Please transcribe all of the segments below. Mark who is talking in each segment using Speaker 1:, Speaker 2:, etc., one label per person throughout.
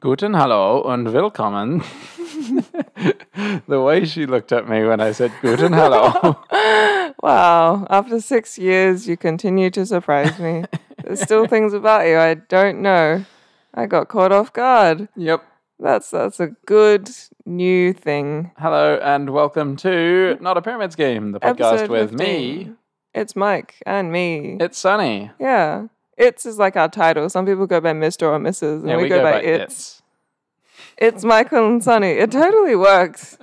Speaker 1: Guten Hallo und Willkommen. the way she looked at me when I said Guten Hallo.
Speaker 2: Wow. After six years, you continue to surprise me. There's still things about you I don't know. I got caught off guard.
Speaker 1: yep.
Speaker 2: That's that's a good new thing.
Speaker 1: Hello and welcome to Not a Pyramid Scheme, the podcast
Speaker 2: Episode
Speaker 1: with
Speaker 2: 15.
Speaker 1: me.
Speaker 2: It's Mike and me.
Speaker 1: It's Sunny.
Speaker 2: yeah. It's is like our title. Some people go by Mr. or Mrs. and
Speaker 1: Yeah,
Speaker 2: we, go, by,
Speaker 1: it's.
Speaker 2: it's. It's Michael and Sonny. It totally works.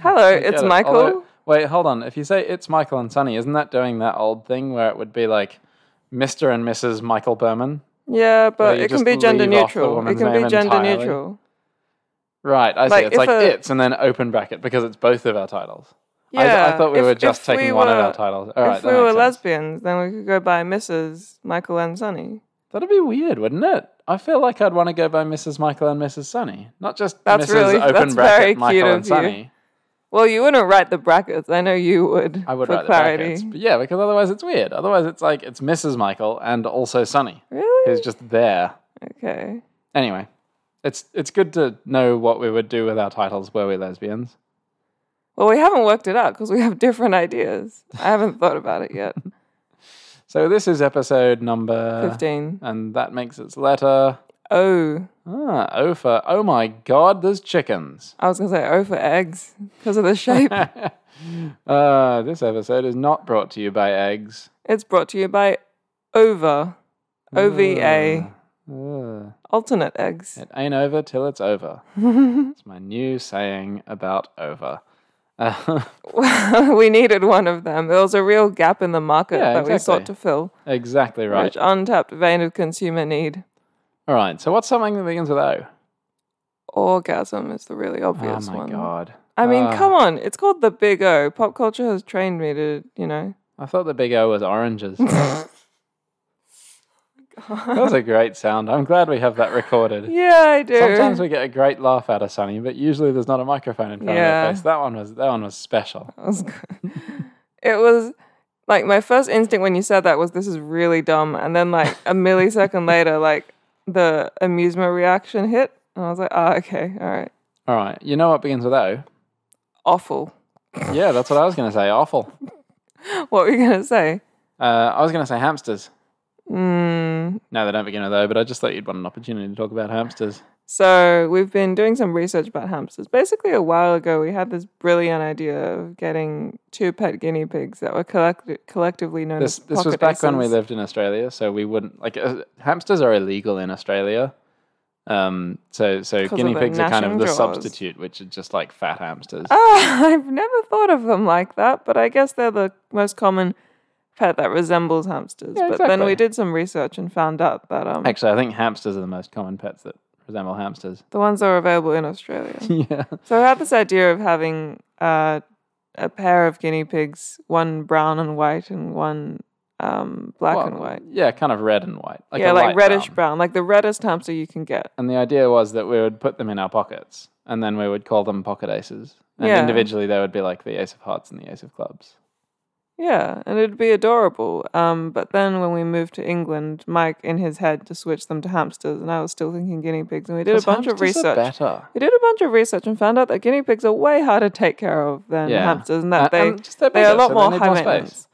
Speaker 2: Hello, it's
Speaker 1: Get it.
Speaker 2: Michael.
Speaker 1: Although- wait, hold on. If you say it's Michael and Sunny, isn't that doing that old thing where it would be like Mr. and Mrs. Michael Berman?
Speaker 2: yeah, but
Speaker 1: you
Speaker 2: it
Speaker 1: just
Speaker 2: can be gender
Speaker 1: leave off the
Speaker 2: neutral. It
Speaker 1: woman's
Speaker 2: can
Speaker 1: name
Speaker 2: be gender
Speaker 1: entirely.
Speaker 2: neutral.
Speaker 1: Right, I see.
Speaker 2: Like,
Speaker 1: it's
Speaker 2: if
Speaker 1: like
Speaker 2: a-
Speaker 1: it's and then open bracket because it's both of our titles. I-
Speaker 2: Yeah.
Speaker 1: I, thought we
Speaker 2: if-
Speaker 1: were just
Speaker 2: if we
Speaker 1: taking one of
Speaker 2: were-
Speaker 1: our titles. All right,
Speaker 2: if
Speaker 1: that
Speaker 2: we
Speaker 1: makes
Speaker 2: were
Speaker 1: sense.
Speaker 2: lesbians, then we could go by Mrs. Michael and Sonny.
Speaker 1: That'd be weird, wouldn't it? I feel like I'd want to go by Mrs. Michael and Mrs. Sunny, not just
Speaker 2: That's
Speaker 1: Mrs.
Speaker 2: really-
Speaker 1: open
Speaker 2: that's
Speaker 1: bracket
Speaker 2: very
Speaker 1: Michael
Speaker 2: cute
Speaker 1: and
Speaker 2: of you.
Speaker 1: Sunny.
Speaker 2: Well, you wouldn't write the brackets. I know you would.
Speaker 1: I would
Speaker 2: for
Speaker 1: write the
Speaker 2: clarity.
Speaker 1: brackets, but yeah, because otherwise it's weird. Otherwise it's like it's Mrs. Michael and also Sunny,
Speaker 2: Really?
Speaker 1: who's just there.
Speaker 2: Okay.
Speaker 1: Anyway, it's it's good to know what we would do with our titles were we lesbians.
Speaker 2: Well, we haven't worked it out because we have different ideas. I haven't thought about it yet.
Speaker 1: So this is episode number
Speaker 2: Fifteen.
Speaker 1: and that makes its letter.
Speaker 2: Oh,
Speaker 1: Ah, O for oh my god, there's chickens.
Speaker 2: I was gonna say O for eggs because of the shape.
Speaker 1: Uh, this episode is not brought to you by eggs.
Speaker 2: it's brought to you by Ova, O V A,
Speaker 1: Ugh.
Speaker 2: alternate eggs.
Speaker 1: It ain't over till it's over. it's my new saying about over. Uh,
Speaker 2: we needed one of them. There was a real gap in the market
Speaker 1: Yeah,
Speaker 2: that we
Speaker 1: exactly.
Speaker 2: sought to fill,
Speaker 1: exactly right.
Speaker 2: which untapped vein of consumer need.
Speaker 1: All right. So what's something that begins with O?
Speaker 2: Orgasm is the really
Speaker 1: Oh
Speaker 2: obvious
Speaker 1: my
Speaker 2: one.
Speaker 1: god.
Speaker 2: I mean,
Speaker 1: Ah,
Speaker 2: come on, it's called the Big O. Pop culture has trained me to, you know.
Speaker 1: I thought the big O was oranges.
Speaker 2: Oh
Speaker 1: that was a great sound. I'm glad we have that recorded.
Speaker 2: yeah, I do.
Speaker 1: Sometimes we get a great laugh out of Sunny, but usually there's not a microphone in front of
Speaker 2: Yeah.
Speaker 1: her face. That one was that one was special.
Speaker 2: That was good. it was like my first instinct when you said that was this is really dumb, and then like a millisecond later, like the amusement reaction hit, and I was like, ah, okay, all right,
Speaker 1: All right. You know what begins with O?
Speaker 2: awful.
Speaker 1: Yeah, that's what I was going to say. Awful.
Speaker 2: What were you gonna say?
Speaker 1: Uh, I was going to say hamsters.
Speaker 2: Mm.
Speaker 1: No, they don't begin with O, but I just thought you'd want an opportunity to talk about hamsters.
Speaker 2: So we've been doing some research about hamsters. Basically, a while ago, we had this brilliant idea of getting two pet guinea pigs that were collect- collectively known
Speaker 1: This
Speaker 2: as
Speaker 1: this was
Speaker 2: pocket
Speaker 1: back when we
Speaker 2: aces.
Speaker 1: lived in Australia, so we wouldn't like uh, hamsters are illegal in Australia. Um, so so
Speaker 2: 'Cause of
Speaker 1: guinea
Speaker 2: the
Speaker 1: pigs are kind of
Speaker 2: gnashing
Speaker 1: the
Speaker 2: jaws.
Speaker 1: substitute, which are just like fat hamsters.
Speaker 2: Ah, I've never thought of them like that, but I guess they're the most common pet that resembles hamsters.
Speaker 1: Yeah,
Speaker 2: but then
Speaker 1: exactly.
Speaker 2: we did some research and found out that um,
Speaker 1: Actually, I think hamsters are the most common pets that resemble hamsters.
Speaker 2: the ones that are available in Australia.
Speaker 1: yeah,
Speaker 2: so I had this idea of having uh, a pair of guinea pigs, one brown and white and one um, black
Speaker 1: Well,
Speaker 2: and white.
Speaker 1: Yeah, kind of red and white. Like
Speaker 2: yeah,
Speaker 1: a
Speaker 2: like
Speaker 1: light
Speaker 2: reddish brown.
Speaker 1: brown.
Speaker 2: like the reddest hamster you can get.
Speaker 1: And the idea was that we would put them in our pockets, and then we would call them pocket aces. And
Speaker 2: Yeah.
Speaker 1: individually, they would be like the ace of hearts and the ace of clubs.
Speaker 2: Yeah, and it'd be adorable. Um, but then when we moved to England, Mike in his head to switch them to hamsters, and I was still thinking guinea pigs. And we did a
Speaker 1: 'Cause
Speaker 2: bunch of
Speaker 1: hamsters are
Speaker 2: research.
Speaker 1: better.
Speaker 2: We did a bunch of research and found out that guinea pigs are way harder to take care of than
Speaker 1: Yeah.
Speaker 2: hamsters, and that
Speaker 1: And-
Speaker 2: they
Speaker 1: and just they're
Speaker 2: they're a
Speaker 1: bigger, so
Speaker 2: lot
Speaker 1: they
Speaker 2: more
Speaker 1: need
Speaker 2: high
Speaker 1: more space.
Speaker 2: maintenance.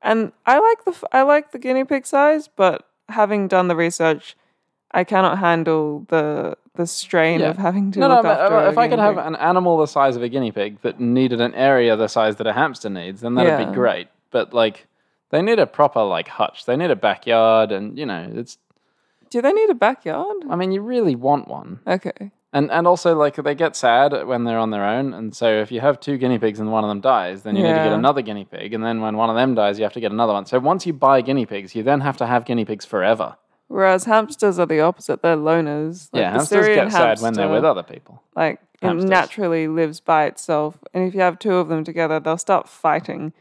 Speaker 2: And I like the f- I like the guinea pig size, but having done the research, I cannot handle the the strain
Speaker 1: Yeah.
Speaker 2: of having to
Speaker 1: No, no.
Speaker 2: look
Speaker 1: but,
Speaker 2: after.
Speaker 1: uh,
Speaker 2: a
Speaker 1: If I could
Speaker 2: guinea
Speaker 1: have
Speaker 2: pig.
Speaker 1: an animal the size of a guinea pig that needed an area the size that a hamster needs, then that'd
Speaker 2: Yeah.
Speaker 1: be great. But like, they need a proper like hutch. They need a backyard, and you know, it's.
Speaker 2: do they need a backyard?
Speaker 1: I mean, you really want one,
Speaker 2: Okay.
Speaker 1: and and also like they get sad when they're on their own, and so if you have two guinea pigs and one of them dies, then you need to get
Speaker 2: Yeah.
Speaker 1: another guinea pig, and then when one of them dies, you have to get another one. So once you buy guinea pigs, you then have to have guinea pigs forever.
Speaker 2: Whereas hamsters are the opposite. They're loners. Like
Speaker 1: yeah,
Speaker 2: the
Speaker 1: hamsters
Speaker 2: Syrian
Speaker 1: get sad when they're
Speaker 2: hamster,
Speaker 1: with other people.
Speaker 2: Like it
Speaker 1: hamsters.
Speaker 2: naturally lives by itself, and if you have two of them together, they'll start fighting.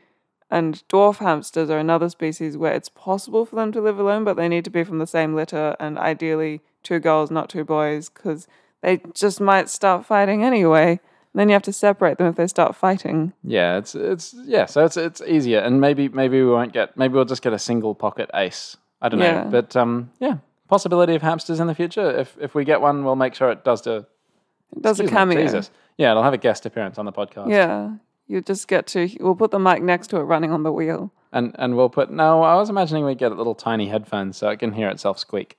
Speaker 2: And dwarf hamsters are another species where it's possible for them to live alone, but they need to be from the same litter, and ideally two girls, not two boys, because they just might start fighting anyway. And then you have to separate them if they start fighting.
Speaker 1: Yeah, it's it's yeah, so it's it's easier, and maybe maybe we won't get maybe we'll just get a single pocket ace. I don't
Speaker 2: Yeah.
Speaker 1: know, but um, yeah, possibility of hamsters in the future. If if we get one, we'll make sure it does do.
Speaker 2: It does a
Speaker 1: Excuse me,
Speaker 2: cameo.
Speaker 1: Jesus. Yeah, it'll have a guest appearance on the podcast.
Speaker 2: Yeah. You just get to, we'll put the mic next to it running on the wheel.
Speaker 1: And and we'll put. No, I was imagining we'd get a little tiny headphones so it can hear itself squeak.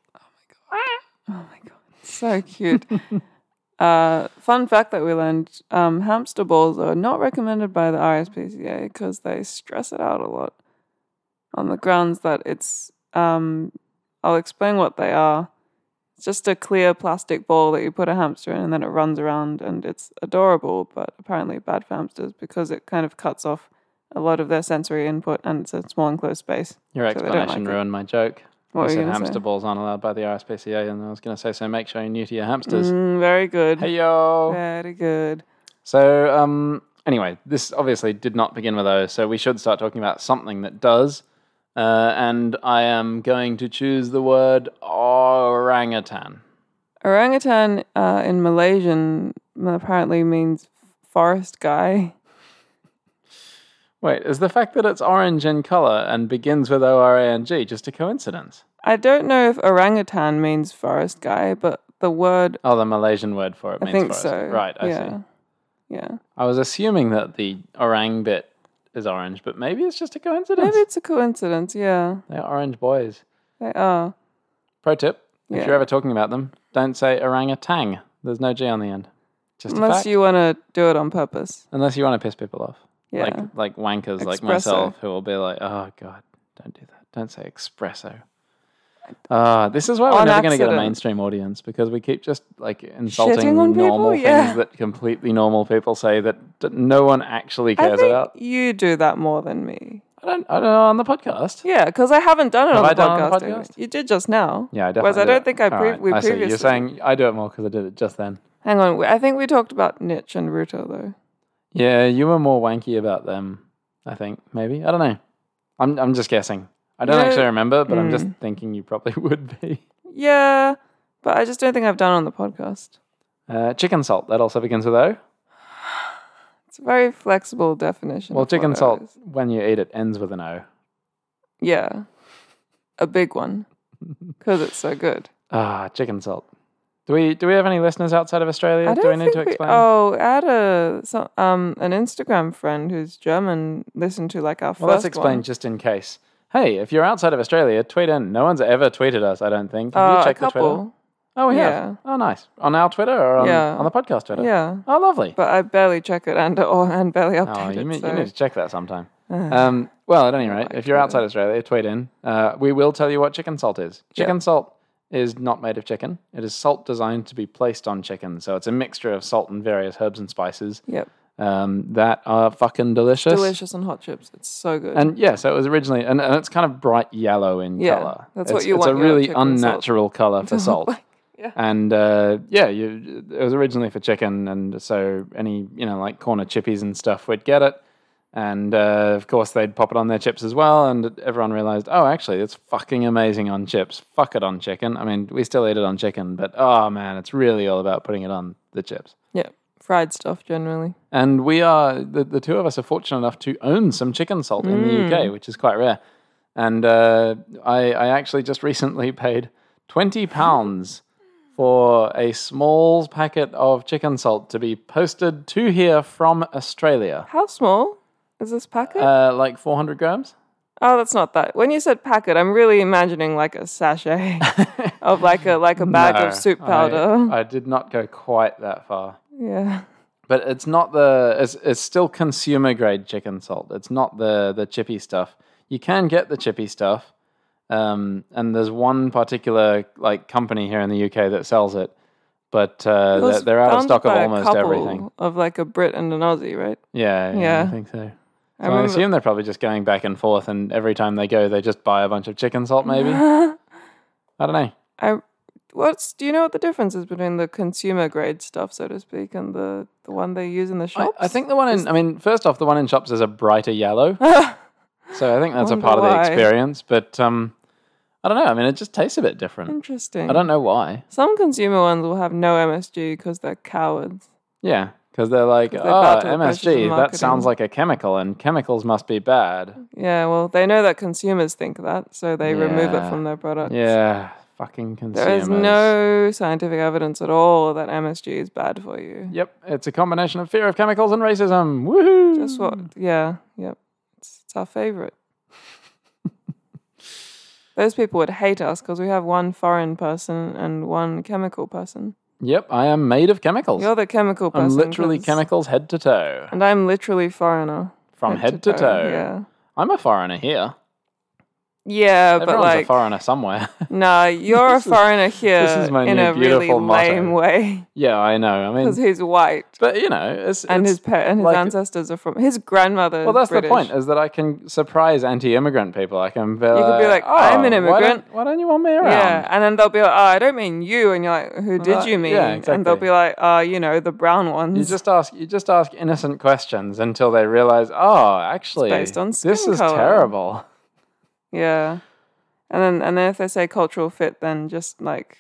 Speaker 2: Oh my God. So cute. uh, fun fact that we learned um, hamster balls are not recommended by the RSPCA because they stress it out a lot on the grounds that it's, um, I'll explain what they are. It's just a clear plastic ball that you put a hamster in and then it runs around and it's adorable, but apparently bad for hamsters because it kind of cuts off a lot of their sensory input and it's a small enclosed space.
Speaker 1: Your
Speaker 2: So they don't
Speaker 1: explanation
Speaker 2: like it.
Speaker 1: ruined my joke.
Speaker 2: What
Speaker 1: I
Speaker 2: were you
Speaker 1: said
Speaker 2: gonna say?
Speaker 1: hamster balls aren't allowed by the RSPCA, and I was going to say, so make sure you're new to your hamsters.
Speaker 2: Mm, very good.
Speaker 1: Hey yo.
Speaker 2: Very good.
Speaker 1: So um, anyway, this obviously did not begin with O, so we should start talking about something that does. Uh, and I am going to choose the word orangutan.
Speaker 2: Orangutan uh, in Malaysian apparently means forest guy.
Speaker 1: Wait, is the fact that it's orange in color and begins with O R A N G just a coincidence?
Speaker 2: I don't know if orangutan means forest guy, but the word
Speaker 1: Oh, the Malaysian word for it
Speaker 2: I
Speaker 1: means
Speaker 2: think
Speaker 1: forest.
Speaker 2: so.
Speaker 1: Right, I
Speaker 2: yeah.
Speaker 1: see.
Speaker 2: Yeah.
Speaker 1: I was assuming that the orang bit is orange, but maybe it's just a coincidence.
Speaker 2: Maybe it's a coincidence. Yeah.
Speaker 1: They're orange boys.
Speaker 2: They are.
Speaker 1: Pro tip:
Speaker 2: Yeah.
Speaker 1: If you're ever talking about them, don't say orangutan. There's no G on the end. Just a
Speaker 2: Unless
Speaker 1: fact.
Speaker 2: you want to do it on purpose.
Speaker 1: Unless you want to piss people off.
Speaker 2: Yeah.
Speaker 1: Like like wankers like
Speaker 2: Espresso.
Speaker 1: myself who will be like, oh god, don't do that. Don't say espresso. Ah, this is why we're
Speaker 2: On
Speaker 1: never going to get a
Speaker 2: accident.
Speaker 1: mainstream audience because we keep just like insulting
Speaker 2: on people?
Speaker 1: normal
Speaker 2: Yeah.
Speaker 1: things that completely normal people say that, that no one actually
Speaker 2: I
Speaker 1: cares
Speaker 2: think
Speaker 1: about.
Speaker 2: you do that more than me.
Speaker 1: I don't, I don't know on the podcast.
Speaker 2: Yeah, because I haven't done it
Speaker 1: Have
Speaker 2: on,
Speaker 1: I
Speaker 2: the
Speaker 1: done it on the
Speaker 2: podcast, David.
Speaker 1: podcast?
Speaker 2: You did just now.
Speaker 1: Yeah, I definitely.
Speaker 2: Whereas I
Speaker 1: do
Speaker 2: don't
Speaker 1: it.
Speaker 2: think I,
Speaker 1: All
Speaker 2: pre-
Speaker 1: right,
Speaker 2: we
Speaker 1: I see.
Speaker 2: previously.
Speaker 1: You're saying I do it more because I did it just then.
Speaker 2: Hang on. I think we talked about Niche and Ruto though.
Speaker 1: Yeah, you were more wanky about them. I think maybe I don't know. I'm I'm just guessing. I don't
Speaker 2: You know-
Speaker 1: actually remember, but I'm just
Speaker 2: Mm.
Speaker 1: thinking you probably would be.
Speaker 2: Yeah, but I just don't think I've done it on the podcast.
Speaker 1: Uh, chicken salt. That also begins with O.
Speaker 2: It's a very flexible definition.
Speaker 1: Well,
Speaker 2: of what
Speaker 1: chicken
Speaker 2: it
Speaker 1: salt
Speaker 2: is.
Speaker 1: when you eat it ends with an O.
Speaker 2: Yeah, a big one because it's so good.
Speaker 1: Ah, chicken salt. Do we do we have any listeners outside of Australia?
Speaker 2: I don't
Speaker 1: do we need
Speaker 2: think
Speaker 1: to explain?
Speaker 2: We, oh, I had a some, um an Instagram friend who's German listened to like our
Speaker 1: well, let's
Speaker 2: first
Speaker 1: explain
Speaker 2: one.
Speaker 1: just in case. Hey, if you're outside of Australia, tweet in. No one's ever tweeted us, I don't think. Have
Speaker 2: Uh,
Speaker 1: you
Speaker 2: a
Speaker 1: checked the Twitter?
Speaker 2: couple.
Speaker 1: Oh, we
Speaker 2: Yeah.
Speaker 1: have. Oh, nice. On our Twitter or on,
Speaker 2: Yeah.
Speaker 1: on the podcast Twitter?
Speaker 2: Yeah,
Speaker 1: Oh, lovely.
Speaker 2: but I barely check it and or and barely
Speaker 1: Oh,
Speaker 2: update
Speaker 1: you,
Speaker 2: it.
Speaker 1: mean,
Speaker 2: so.
Speaker 1: you need to check that sometime. um, well, at any rate, if you're outside Australia, tweet in. Uh, we will tell you what chicken salt is.
Speaker 2: Yeah.
Speaker 1: Chicken salt is not made of chicken. It is salt designed to be placed on chicken. So it's a mixture of salt and various herbs and spices
Speaker 2: Yep,
Speaker 1: um, that are fucking delicious.
Speaker 2: delicious on hot chips. It's so good.
Speaker 1: And yeah, so it was originally, and, and it's kind of bright yellow in
Speaker 2: Yeah,
Speaker 1: color.
Speaker 2: that's
Speaker 1: it's,
Speaker 2: what you
Speaker 1: It's
Speaker 2: want
Speaker 1: a
Speaker 2: your
Speaker 1: really
Speaker 2: chicken salt
Speaker 1: unnatural color for salt.
Speaker 2: yeah.
Speaker 1: And uh, yeah, you, it was originally for chicken, and so any you know like corner chippies and stuff would get it, and uh, of course they'd pop it on their chips as well. And everyone realized, oh, actually, it's fucking amazing on chips. Fuck it on chicken. I mean, we still eat it on chicken, but oh man, it's really all about putting it on the chips.
Speaker 2: yeah, fried stuff generally.
Speaker 1: And we are the, the two of us are fortunate enough to own some chicken salt in the
Speaker 2: Mm.
Speaker 1: UK, which is quite rare. And uh, I, I actually just recently paid twenty pounds for a small packet of chicken salt to be posted to here from Australia,
Speaker 2: How small is this packet?
Speaker 1: uh, like four hundred grams.
Speaker 2: Oh, that's not that. When you said packet, I'm really imagining like a sachet of like a like a bag
Speaker 1: No,
Speaker 2: of soup
Speaker 1: I-
Speaker 2: powder.
Speaker 1: I did not go quite that far.
Speaker 2: yeah.
Speaker 1: but it's not the it's, it's still consumer grade chicken salt it's not the the chippy stuff you can get the chippy stuff um, and there's one particular like company here in the uk that sells it but uh,
Speaker 2: It was
Speaker 1: they're, they're out of
Speaker 2: founded
Speaker 1: stock of
Speaker 2: by a
Speaker 1: almost
Speaker 2: couple
Speaker 1: everything
Speaker 2: Of like a Brit and an Aussie, right?
Speaker 1: yeah, yeah i
Speaker 2: Yeah.
Speaker 1: think so
Speaker 2: I
Speaker 1: so I,
Speaker 2: remember-
Speaker 1: assume they're probably just going back and forth and every time they go they just buy a bunch of chicken salt maybe i don't know
Speaker 2: I what's do you know what the difference is between the consumer grade stuff, so to speak, and the the one they use in the
Speaker 1: I,
Speaker 2: shops?
Speaker 1: I think the one in, I mean, first off, the one in shops is a brighter yellow. so I think that's a
Speaker 2: Wonder
Speaker 1: part of the
Speaker 2: why.
Speaker 1: experience. But um, I don't know. I mean, it just tastes a bit different.
Speaker 2: interesting.
Speaker 1: I don't know why.
Speaker 2: Some consumer ones will have no MSG because they're cowards.
Speaker 1: Yeah. Because they're like,
Speaker 2: 'Cause they're bad
Speaker 1: oh,
Speaker 2: to the pressures of
Speaker 1: MSG, that sounds
Speaker 2: marketing."
Speaker 1: like a chemical, and chemicals must be bad.
Speaker 2: Yeah, well, they know that consumers think that, so they remove it
Speaker 1: Yeah.
Speaker 2: from their products.
Speaker 1: Yeah. fucking consumers.
Speaker 2: There is no scientific evidence at all that MSG is bad for you.
Speaker 1: Yep, it's a combination of fear of chemicals and racism. Woohoo!
Speaker 2: That's what, yeah, yep. It's, it's our favorite. Those people would hate us because we have one foreign person and one chemical person.
Speaker 1: Yep, I am made of chemicals.
Speaker 2: You're the chemical person.
Speaker 1: I'm literally
Speaker 2: 'cause-
Speaker 1: chemicals head to toe,
Speaker 2: And I'm literally foreigner.
Speaker 1: from head, to toe.
Speaker 2: Yeah.
Speaker 1: I'm a foreigner here.
Speaker 2: Yeah, but
Speaker 1: Everyone's a
Speaker 2: like,
Speaker 1: foreigner somewhere.
Speaker 2: nah, you're a
Speaker 1: This is-
Speaker 2: foreigner here
Speaker 1: is my
Speaker 2: in
Speaker 1: new
Speaker 2: a really
Speaker 1: beautiful motto.
Speaker 2: lame way
Speaker 1: yeah, I know. I
Speaker 2: because
Speaker 1: mean,
Speaker 2: he's white
Speaker 1: but you know, it's,
Speaker 2: and
Speaker 1: it's
Speaker 2: his pa- and his
Speaker 1: like-
Speaker 2: ancestors are from his grandmother. is
Speaker 1: well, that's
Speaker 2: British.
Speaker 1: the point is that I can surprise anti-immigrant people. I can be,
Speaker 2: You could be like,
Speaker 1: "Oh,
Speaker 2: I'm an
Speaker 1: Why
Speaker 2: immigrant."
Speaker 1: don't, why don't you want me around?
Speaker 2: Yeah, and then they'll be like, "Oh, I don't mean you," and you're like, "Who did
Speaker 1: like,
Speaker 2: you mean?"
Speaker 1: yeah,
Speaker 2: And they'll
Speaker 1: exactly.
Speaker 2: be like, "Uh, you know, the brown ones."
Speaker 1: You just ask you just ask innocent questions until they realize, oh, actually,
Speaker 2: based on
Speaker 1: this
Speaker 2: skin
Speaker 1: is
Speaker 2: colour."
Speaker 1: terrible.
Speaker 2: yeah, and then and then if they say cultural fit, then just like,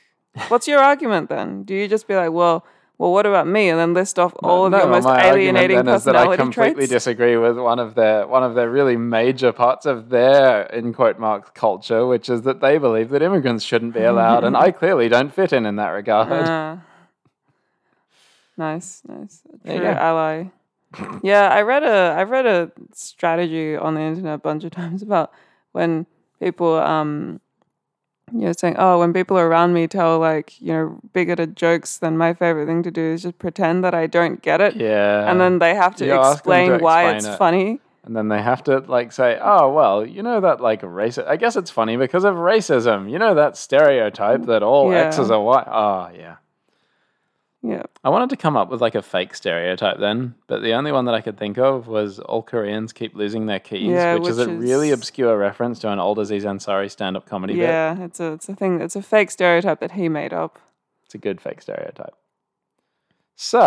Speaker 2: what's your argument then? Do you just be like, "Well, well, what about me?" and then list off all of
Speaker 1: No,
Speaker 2: your
Speaker 1: well,
Speaker 2: most
Speaker 1: my argument
Speaker 2: alienating
Speaker 1: then is that
Speaker 2: personality
Speaker 1: I completely
Speaker 2: traits?
Speaker 1: disagree with one of their one of their really major parts of their in quote marks culture, which is that they believe that immigrants shouldn't be allowed, and I clearly don't fit in in that regard.
Speaker 2: Ah. nice, nice. A
Speaker 1: There you
Speaker 2: True
Speaker 1: go.
Speaker 2: ally. yeah, I read a I read a strategy on the internet a bunch of times about when people um you know saying, Oh, when people around me tell like, you know, bigoted jokes, then my favorite thing to do is just pretend that I don't get it.
Speaker 1: yeah,
Speaker 2: And then they have to
Speaker 1: You ask them to
Speaker 2: explain why
Speaker 1: explain
Speaker 2: it's
Speaker 1: it.
Speaker 2: funny.
Speaker 1: and then they have to like say, oh well, you know that like racism. I guess it's funny because of racism. You know that stereotype that all
Speaker 2: Yeah.
Speaker 1: X's are white. Oh yeah.
Speaker 2: Yeah.
Speaker 1: I wanted to come up with like a fake stereotype then, but the only one that I could think of was all Koreans keep losing their keys,
Speaker 2: Yeah,
Speaker 1: which, is a
Speaker 2: which
Speaker 1: really
Speaker 2: is-
Speaker 1: obscure reference to an old Aziz Ansari stand up comedy bit.
Speaker 2: Yeah. It's a it's a thing it's a fake stereotype that he made up.
Speaker 1: It's a good fake stereotype. So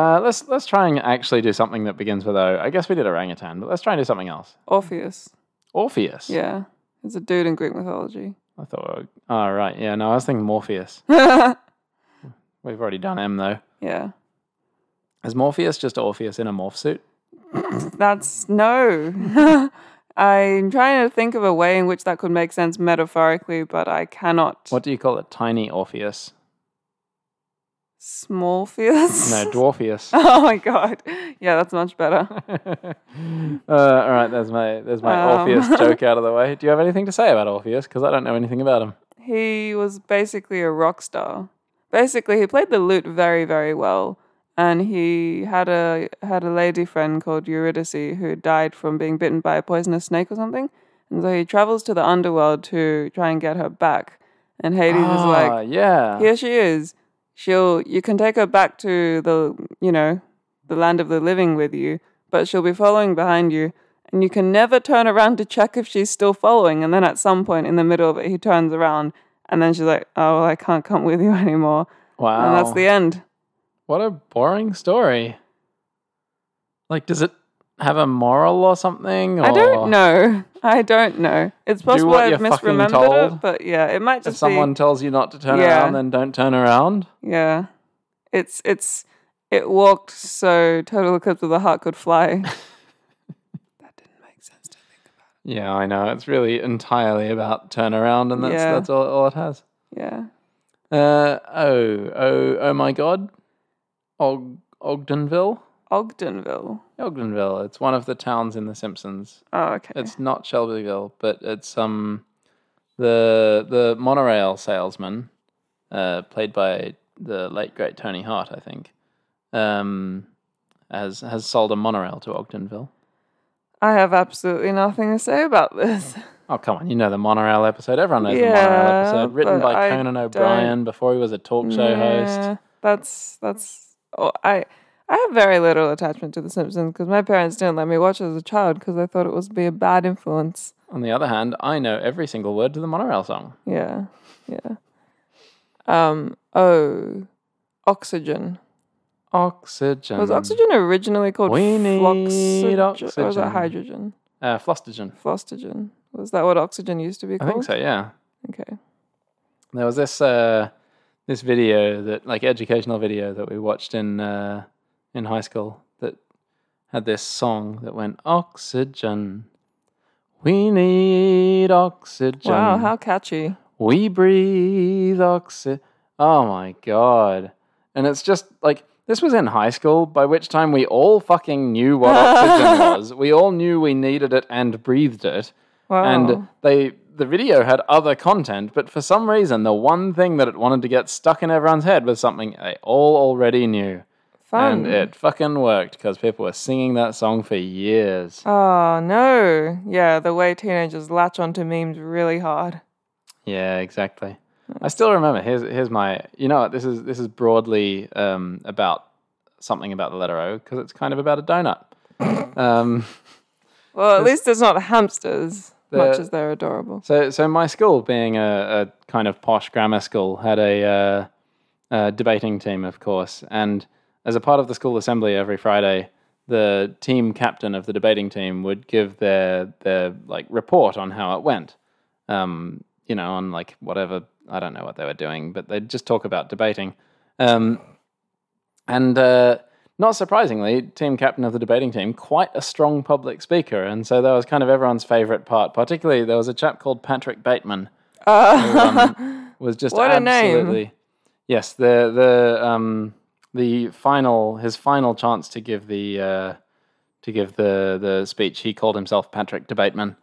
Speaker 1: uh, let's let's try and actually do something that begins with O. I guess we did orangutan, but let's try and do something else.
Speaker 2: Orpheus.
Speaker 1: Orpheus.
Speaker 2: Yeah. It's a dude in Greek mythology.
Speaker 1: I thought. Oh right, yeah. No, I was thinking Morpheus. We've already done M though.
Speaker 2: Yeah.
Speaker 1: Is Morpheus just Orpheus in a morph suit?
Speaker 2: That's no. I'm trying to think of a way in which that could make sense metaphorically, but I cannot.
Speaker 1: What do you call it? Tiny Orpheus?
Speaker 2: Small fears?
Speaker 1: No, Uh, Dwarfeus.
Speaker 2: oh my god. Yeah, that's much better.
Speaker 1: uh, all right, there's my there's my
Speaker 2: Um.
Speaker 1: Orpheus joke out of the way. Do you have anything to say about Orpheus? Because I don't know anything about him.
Speaker 2: He was basically a rock star. Basically, he played the lute very, very well, and he had a had a lady friend called Eurydice who died from being bitten by a poisonous snake or something. And so he travels to the underworld to try and get her back. And Hades is like,
Speaker 1: Ah, yeah,
Speaker 2: here she is. She'll you can take her back to the you know the land of the living with you, but she'll be following behind you, and you can never turn around to check if she's still following. And then at some point in the middle of it, he turns around, and then she's like, "Oh, well, I can't come with you anymore,"
Speaker 1: wow.
Speaker 2: and that's the end.
Speaker 1: what a boring story. Like, does it have a moral or something? Or
Speaker 2: I don't know. I don't know. It's possible
Speaker 1: Oh. what
Speaker 2: I've
Speaker 1: you're fucking
Speaker 2: misremembered it,
Speaker 1: told.
Speaker 2: but yeah, it might
Speaker 1: If
Speaker 2: just
Speaker 1: someone tells you not to turn
Speaker 2: Yeah.
Speaker 1: around, then don't turn around.
Speaker 2: be yeah. It's it's it walked so total eclipse of the heart could fly. that didn't make sense to think about.
Speaker 1: Yeah, I know. It's really entirely about turn around, and that's
Speaker 2: Yeah.
Speaker 1: that's all, all it has.
Speaker 2: Yeah.
Speaker 1: Uh, oh, oh, oh my God, Og- Ogdenville.
Speaker 2: Ogdenville.
Speaker 1: Ogdenville. It's one of the towns in The Simpsons.
Speaker 2: Oh, okay.
Speaker 1: It's not Shelbyville, but it's um the the monorail salesman, uh, played by the late great Tony Hart, I think, um, has has sold a monorail to Ogdenville.
Speaker 2: I have absolutely nothing to say about this.
Speaker 1: Oh come on, you know the monorail episode. Everyone knows the
Speaker 2: Yeah,
Speaker 1: monorail episode, written
Speaker 2: but
Speaker 1: by
Speaker 2: I
Speaker 1: Conan O'Brien before he was a talk show host.
Speaker 2: Yeah, That's that's oh, I I have very little attachment to The Simpsons because my parents didn't let me watch it as a child because they thought it was be a bad influence.
Speaker 1: On the other hand, I know every single word to the monorail song.
Speaker 2: Yeah, yeah. Um. Oh, oxygen.
Speaker 1: Oxygen.
Speaker 2: Was oxygen originally called
Speaker 1: Um, We need
Speaker 2: floxygen, or was
Speaker 1: oxygen.
Speaker 2: that hydrogen?
Speaker 1: Uh, flostogen.
Speaker 2: Flostogen. Was that what oxygen used to be
Speaker 1: I
Speaker 2: called?
Speaker 1: think so. Yeah.
Speaker 2: Okay.
Speaker 1: there was this uh, this video that like educational video that we watched in uh, in high school that had this song that went oxygen we need oxygen
Speaker 2: Wow, how catchy.
Speaker 1: We breathe oxy. Oh my god! And it's just like this was in high school, by which time we all fucking knew what oxygen was. We all knew we needed it and breathed it.
Speaker 2: Wow.
Speaker 1: And they the video had other content, but for some reason, the one thing that it wanted to get stuck in everyone's head was something they all already knew.
Speaker 2: Fun.
Speaker 1: And it fucking worked because people were singing that song for years.
Speaker 2: Oh no. Yeah, the way teenagers latch onto memes really hard.
Speaker 1: Yeah, exactly. I still remember. Here's here's my. You know what? This is this is broadly um, about something about the letter O because it's kind of about a donut. um,
Speaker 2: Well, at least it's not hamsters, much
Speaker 1: The-
Speaker 2: as they're adorable.
Speaker 1: So, so my school, being a, a kind of posh grammar school, had a, uh, a debating team, of course. And as a part of the school assembly every Friday, the team captain of the debating team would give their their like report on how it went. Um, you know, on like whatever I don't know what they were doing, but they'd just talk about debating. Um, and uh, not surprisingly, team captain of the debating team, quite a strong public speaker. And so that was kind of everyone's favorite part. Particularly, there was a chap called Patrick Bateman. who, um, was just
Speaker 2: Ah. What a name.
Speaker 1: absolutely. Yes, the, the, um, the final, his final chance to give the, uh, to give the, the speech, he called himself Patrick Debateman.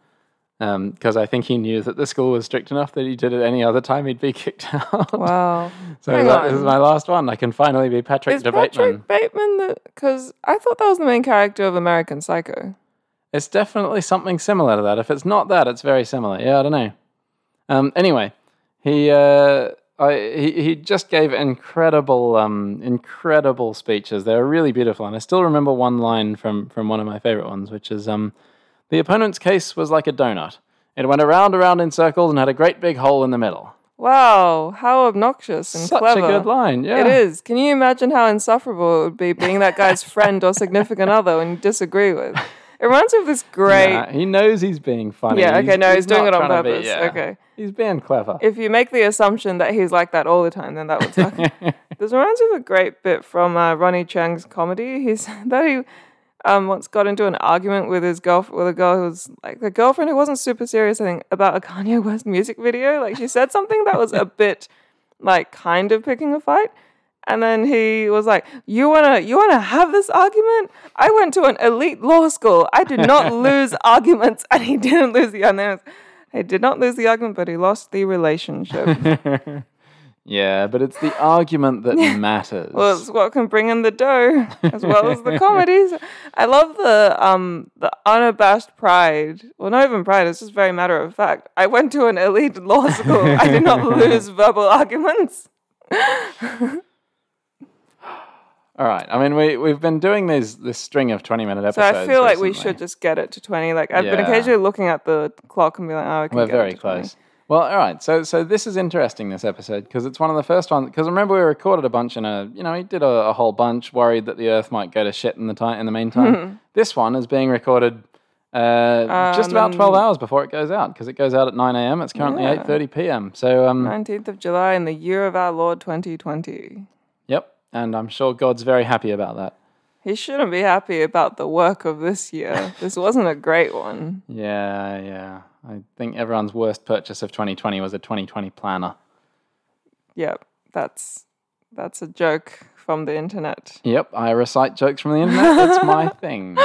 Speaker 1: Because um, I think he knew that the school was strict enough that he did it any other time, he'd be kicked out.
Speaker 2: Wow.
Speaker 1: so
Speaker 2: hang
Speaker 1: that
Speaker 2: on.
Speaker 1: is my last one. I can finally be Patrick
Speaker 2: Is
Speaker 1: Debateman.
Speaker 2: Patrick Bateman the? Because I thought that was the main character of American Psycho.
Speaker 1: It's definitely something similar to that. If it's not that, it's very similar. Yeah, I don't know. Um, anyway, he, uh, I, he he just gave incredible um, incredible speeches. They were really beautiful, and I still remember one line from from one of my favorite ones, which is um, the opponent's case was like a donut. It went around around in circles and had a great big hole in the middle.
Speaker 2: Wow, how obnoxious and
Speaker 1: Such
Speaker 2: Mm, clever.
Speaker 1: a good line. Yeah,
Speaker 2: It is. Can you imagine how insufferable it would be being that guy's friend or significant other and you disagree with? It reminds me of this great.
Speaker 1: Nah, he knows he's being funny.
Speaker 2: yeah, okay, no, he's, doing
Speaker 1: not
Speaker 2: it on
Speaker 1: trying to be-
Speaker 2: purpose.
Speaker 1: yeah.
Speaker 2: Okay.
Speaker 1: he's being clever.
Speaker 2: If you make the assumption that he's like that all the time, then that would suck. this reminds me of a great bit from uh, Ronnie Chang's comedy. He said that he um, once got into an argument with his girl with a girl who was like the girlfriend who wasn't super serious. I think about a Kanye West music video. Like she said something that was a bit like kind of picking a fight. And then he was like, "You wanna, you wanna have this argument? I went to an elite law school. I did not lose arguments, and he didn't lose the argument. He did not lose the argument, but he lost the relationship.
Speaker 1: Yeah, but it's the argument that matters.
Speaker 2: Well, it's what can bring in the dough, as well as the comedies. I love the um the unabashed pride. Well, not even pride. It's just very matter of fact. I went to an elite law school. I did not lose verbal arguments.
Speaker 1: All right. I mean, we we've been doing these this string of twenty minute
Speaker 2: So
Speaker 1: episodes.
Speaker 2: I feel like we
Speaker 1: recently.
Speaker 2: should just get it to twenty. Like I've been
Speaker 1: Yeah.
Speaker 2: occasionally looking at the clock and be like, oh, we can
Speaker 1: We're
Speaker 2: get
Speaker 1: very
Speaker 2: it to 20.
Speaker 1: close. Well, all right. So so this is interesting. This episode because it's one of the first ones. Because remember we recorded a bunch and a you know we did a, a whole bunch, worried that the Earth might go to shit in the time in the
Speaker 2: Hmm.
Speaker 1: meantime. this one is being recorded. Uh, just about twelve hours before it goes out, because it goes out at nine a.m. It's currently
Speaker 2: Um, Yeah.
Speaker 1: eight thirty p.m. So, um,
Speaker 2: 19th of July in the year of our Lord 2020.
Speaker 1: yep, and I'm sure God's very happy about that.
Speaker 2: He shouldn't be happy about the work of this year. This wasn't a great one.
Speaker 1: Yeah, yeah. I think everyone's worst purchase of 2020 was a 2020 planner.
Speaker 2: Yep, that's that's a joke from the internet.
Speaker 1: Yep, I recite jokes from the internet. It's my thing.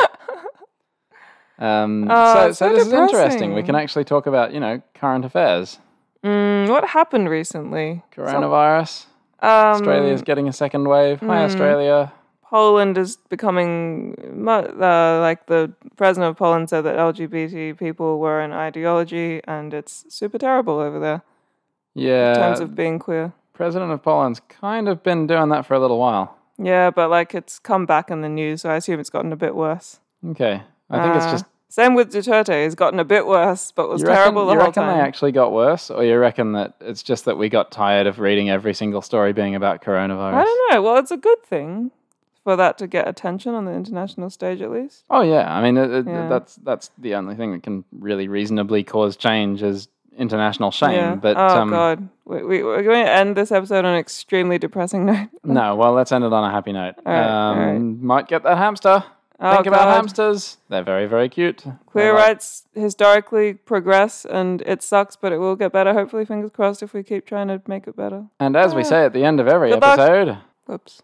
Speaker 1: Um,
Speaker 2: Oh,
Speaker 1: so,
Speaker 2: it's
Speaker 1: so
Speaker 2: so
Speaker 1: this is interesting. We
Speaker 2: depressing.
Speaker 1: can actually talk about, you know, current affairs.
Speaker 2: Mm, what happened recently?
Speaker 1: Coronavirus.
Speaker 2: Um, mm.
Speaker 1: Australia's getting a second wave. Hi, Australia.
Speaker 2: Poland is becoming mo- uh, like the president of Poland said that LGBT people were an ideology, and it's super terrible over there in
Speaker 1: Yeah.
Speaker 2: terms of being queer.
Speaker 1: President of Poland's kind of been doing that for a little while.
Speaker 2: Yeah, but like it's come back in the news, so I assume it's gotten a bit worse.
Speaker 1: Okay. I think it's
Speaker 2: Uh,
Speaker 1: just.
Speaker 2: same with Duterte. It's gotten a bit worse, but was
Speaker 1: You reckon,
Speaker 2: terrible the
Speaker 1: you
Speaker 2: whole
Speaker 1: reckon
Speaker 2: time.
Speaker 1: they actually got worse, or you reckon that it's just that we got tired of reading every single story being about coronavirus?
Speaker 2: I don't know. Well, it's a good thing for that to get attention on the international stage, at least.
Speaker 1: Oh yeah, I mean it, it-
Speaker 2: Yeah.
Speaker 1: that's that's the only thing that can really reasonably cause change is international shame.
Speaker 2: Yeah.
Speaker 1: But
Speaker 2: oh
Speaker 1: um,
Speaker 2: god, we, we we're going to end this episode on an extremely depressing note.
Speaker 1: no, well let's end it on a happy note.
Speaker 2: right, all
Speaker 1: um, Might get that hamster.
Speaker 2: Oh,
Speaker 1: Think about
Speaker 2: God.
Speaker 1: hamsters. They're very, very cute.
Speaker 2: Queer
Speaker 1: They're like-
Speaker 2: rights historically progress and it sucks, but it will get better. Hopefully, fingers crossed if we keep trying to make it better.
Speaker 1: And as we say at the end of every
Speaker 2: Ah. Good luck.
Speaker 1: episode,
Speaker 2: Whoops.